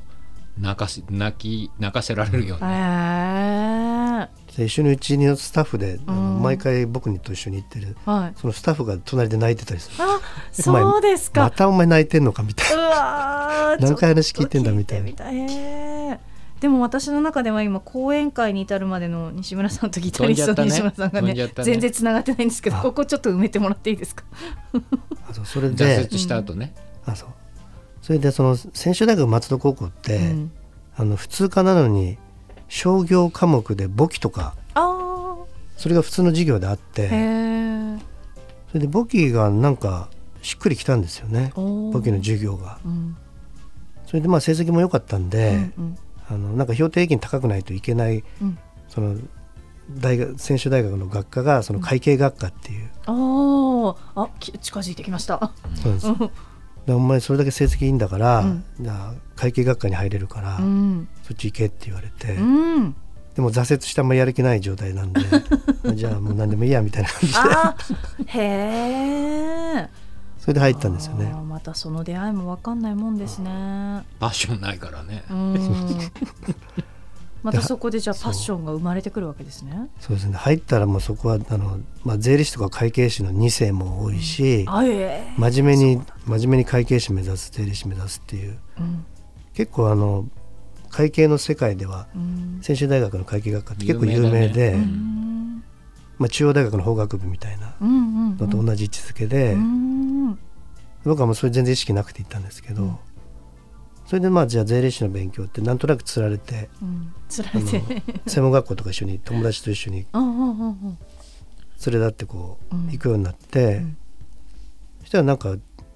S4: 泣かせ泣き泣かせられるよう
S2: ええ
S4: な、
S3: で一緒にうちのスタッフで、あの
S2: うん
S3: 毎回僕にと一緒に行ってる
S2: はい。
S3: そのスタッフが隣で泣いてたりする
S2: あ
S3: お前
S2: そうです
S3: ま
S2: か。
S3: たお前泣いてんのかみたいう
S2: わー
S3: 何回話聞いてんだみたいな
S2: ちょっと聞てみたいえーでも私の中では今講演会に至るまでの西村さんとギタリス
S4: 飛
S2: トの
S4: ん
S2: 西
S4: じゃ
S2: 村
S4: ったね
S2: さんが
S4: 飛
S2: ね
S4: んじゃったね
S2: 全然つながってないんですけど
S3: あ
S2: ここちょっと埋めてもらっていいですか
S3: なあそうそれ
S4: 挫
S3: で
S4: 折した後ね、
S3: あそうそれでその専修大学松戸高校って、
S2: うん
S3: あの普通科なのに商業科目で簿記とか
S2: あ
S3: それが普通の授業であっ
S2: ーへ
S3: て
S2: え
S3: それで簿記がなんかしっくりきたんですよね
S2: おー
S3: 簿記の授業が。
S2: うん
S3: それでまあ成績も良かったんで、
S2: うん
S3: あのなんか評定平均高くないといけない
S2: うん
S3: その大学専修大学の学科がその会計学科っていう、
S2: おーあき近づいてきました
S3: そうですでお前それだけ成績いいんだから、
S2: うん
S3: じゃあ会計学科に入れるから、
S2: うん
S3: そっち行けって言われて、
S2: うん
S3: でも挫折したあんまやる気ない状態 なんでまあじゃあもう何でもいいやみたいな感じで
S2: あー へえ
S3: それで入ったんですよね
S2: またその出会いもわかんないもんですね
S4: パッションないからね、
S2: うんまたそこでじゃあパッションが生まれてくるわけですね。
S3: そうですね入ったらもうそこはあの、まあ、税理士とか会計士の2世も多いし、
S2: あええ
S3: 真面目に真面目に会計士目指す税理士目指すっていう
S2: うん
S3: 結構あの会計の世界では
S2: うん
S3: 専修大学の会計学科って結構有
S4: 有名
S3: 名
S4: だね
S3: で
S2: うん
S3: まあ、中央大学の法学部みたいな
S2: うんうん
S3: のと同じ位置づけで、
S2: うん
S3: 僕はもうそれ全然意識なくて行ったんですけど、それでまあじゃあ税理士の勉強ってなんとなくつられて
S2: うんつら
S3: あ
S2: れ
S3: の
S2: て
S3: 専門学校とか一緒に友達と一緒に
S2: うんうんうんう
S3: 連
S2: ん
S3: れ立ってこう
S2: うん
S3: 行くようになって、
S2: ん
S3: そしたらなんか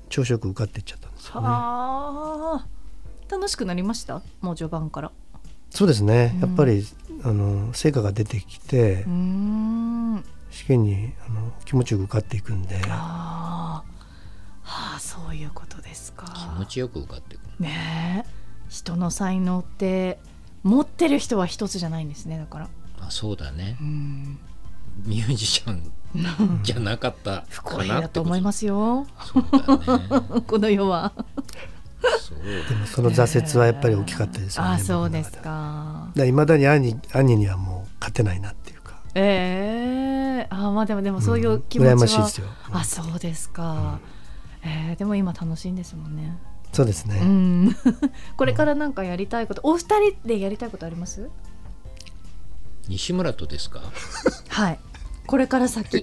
S3: 調子よく受かっていっちゃったんですよね。
S2: はあ楽しくなりましたもう序盤から。
S3: そうですね
S2: う
S3: や
S2: ん
S3: っぱり、あの成果が出てきて、
S2: うん
S3: 試験にあの気持ちよく受かっていくんで
S2: あーはあそういうことですか。
S4: 気持ちよく受かってくる
S2: ねえ人の才能って持ってる人は一つじゃないんですねだから。
S4: あそうだね
S2: うん
S4: ミュージシャンじゃなかった
S2: 不公
S4: か
S2: 平
S4: な
S2: だ
S4: って
S2: と
S4: こと
S2: 思いますよ。
S4: そうだね
S2: この世は。
S4: そう
S3: その挫折はやっぱり大きかったですよね。
S2: あ、そうです
S3: 僕の中
S2: か。
S3: でだいまだに兄兄にはもう勝てないなっていうか
S2: ええあ、まあ、でも、でも、そういう気持ちは。
S3: うん羨ましいですよ
S2: あ、そうですか。ええでも、今楽しいんですもんね。
S3: そうですね、
S2: うん。 これからなんかやりたいこと、お二人でやりたいことあります。
S4: 西村とですか
S2: はい。これから先。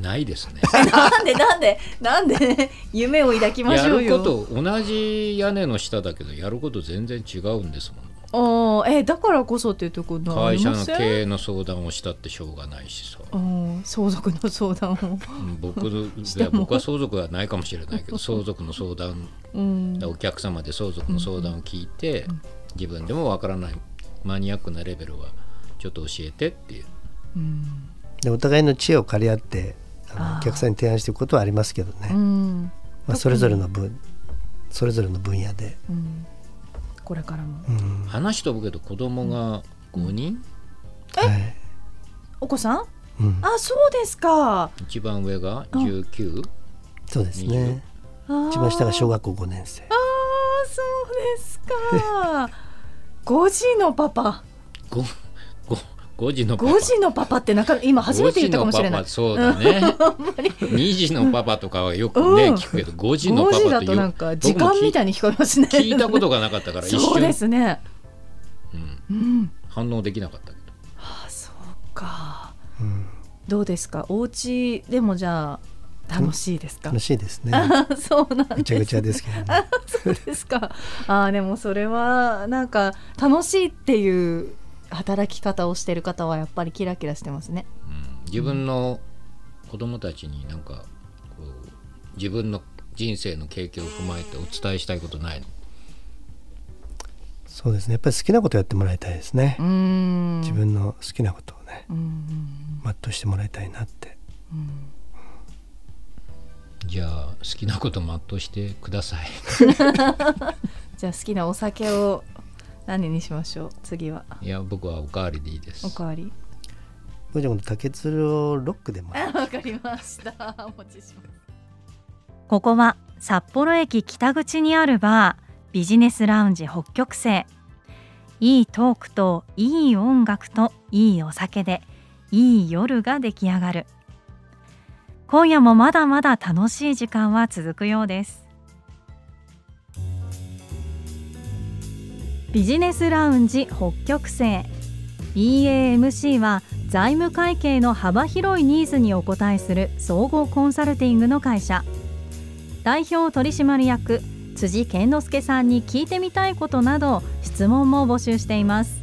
S4: ないですね
S2: なんで、なんで、なんで、夢を抱きま
S4: や
S2: しょう
S4: るこ
S2: よ。
S4: と同じ屋根の下だけどやること全然違うんですもん
S2: おお、えだからこそっていうところ。
S4: 会社の経営の相談をしたってしょうがないしさ
S2: うん、相続の相談を。
S4: うん僕のい
S2: て
S4: や
S2: も
S4: 僕は相続はないかもしれないけど相続の相談
S2: うん。
S4: お客様で相続の相談を聞いて自分でもわからないマニアックなレベルはちょっと教えてっていう
S2: うん
S3: でお互いの知恵を借り合ってあの
S2: あー
S3: お客さんに提案していくことはありますけどね、
S2: うん
S3: まあ、それぞれの分それぞれの分野で、
S2: うん、これからも、
S3: うん
S4: 話飛ぶけど子供が5人
S3: はい
S2: お子さん
S3: うん、
S2: あそうですか
S4: 一番上が19
S3: そうですね
S2: 一
S3: 一番下が小学校5年生
S2: あーそうですか 5時のパパ
S4: ごご5時のパパ
S2: 5時のパパってなか今初めて言ったかもしれない
S4: 5時のパパそうだ ね2時のパパとかはよくね、
S2: うん
S4: 聞くけど5時の
S2: 5
S4: パパって
S2: 時だとなんか時間みたい
S4: に
S2: に聞こえますね
S4: 聞いたこと
S2: が
S4: がなかったから一
S2: そうで
S4: 瞬、
S2: すね
S4: うん、
S2: うん
S4: 反応できなかったけど
S2: あそうか
S3: うん、
S2: どうですかお家でもじゃあ楽しいですか
S3: 楽しいですね
S2: そうなんですね
S3: ぐちゃぐちゃですけど、ね、
S2: そうですか。 ああでもそれはなんか楽しいっていう働き方をしてる方はやっぱりキラキラしてますね。
S4: うん自分の子供たちになんかこう自分の人生の経験を踏まえてお伝えしたいことないの
S3: そうですねやっぱり好きなことやってもらいたいですね、
S2: うん
S3: 自分の好きなことをね
S2: うんうん
S3: 全うしてもらいたいなって
S2: うん
S4: じゃあ好きなこと全うしてください
S2: じゃあ好きなお酒を何にしましょう次はい
S4: や僕はおかわりでいいです
S2: おかわり
S3: これじゃあ今度竹鶴をロックでもらう
S2: わかりましたお持ちします
S5: ここは札幌駅北口にあるバービジネスラウンジ北極星いいトークといい音楽といいお酒でいい夜が出来上がる今夜もまだまだ楽しい時間は続くようですビジネスラウンジ北極星 BAMC は財務会計の幅広いニーズにお応えする総合コンサルティングの会社代表取締役辻健之介さんに聞いてみたいことなど質問も募集しています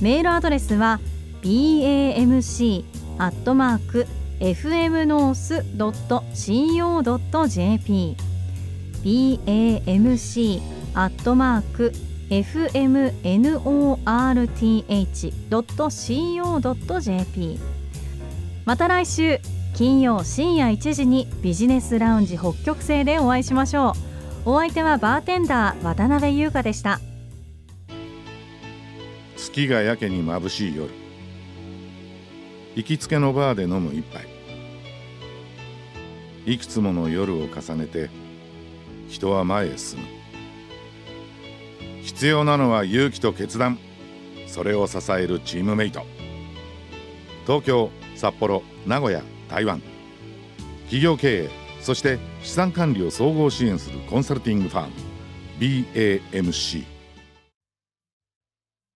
S5: メールアドレスは bamc アットマーク fmnorth.co.jp bamc アットマーク fmnorth.co.jp また来週金曜深夜1時にビジネスラウンジ北極星でお会いしましょうお相手はバーテンダー渡辺優香でした
S6: 月がやけに眩しい夜行きつけのバーで飲む一杯いくつもの夜を重ねて人は前へ進む必要なのは勇気と決断それを支えるチームメイト東京札幌名古屋台湾企業経営そして資産管理を総合支援するコンサルティングファーム BAMC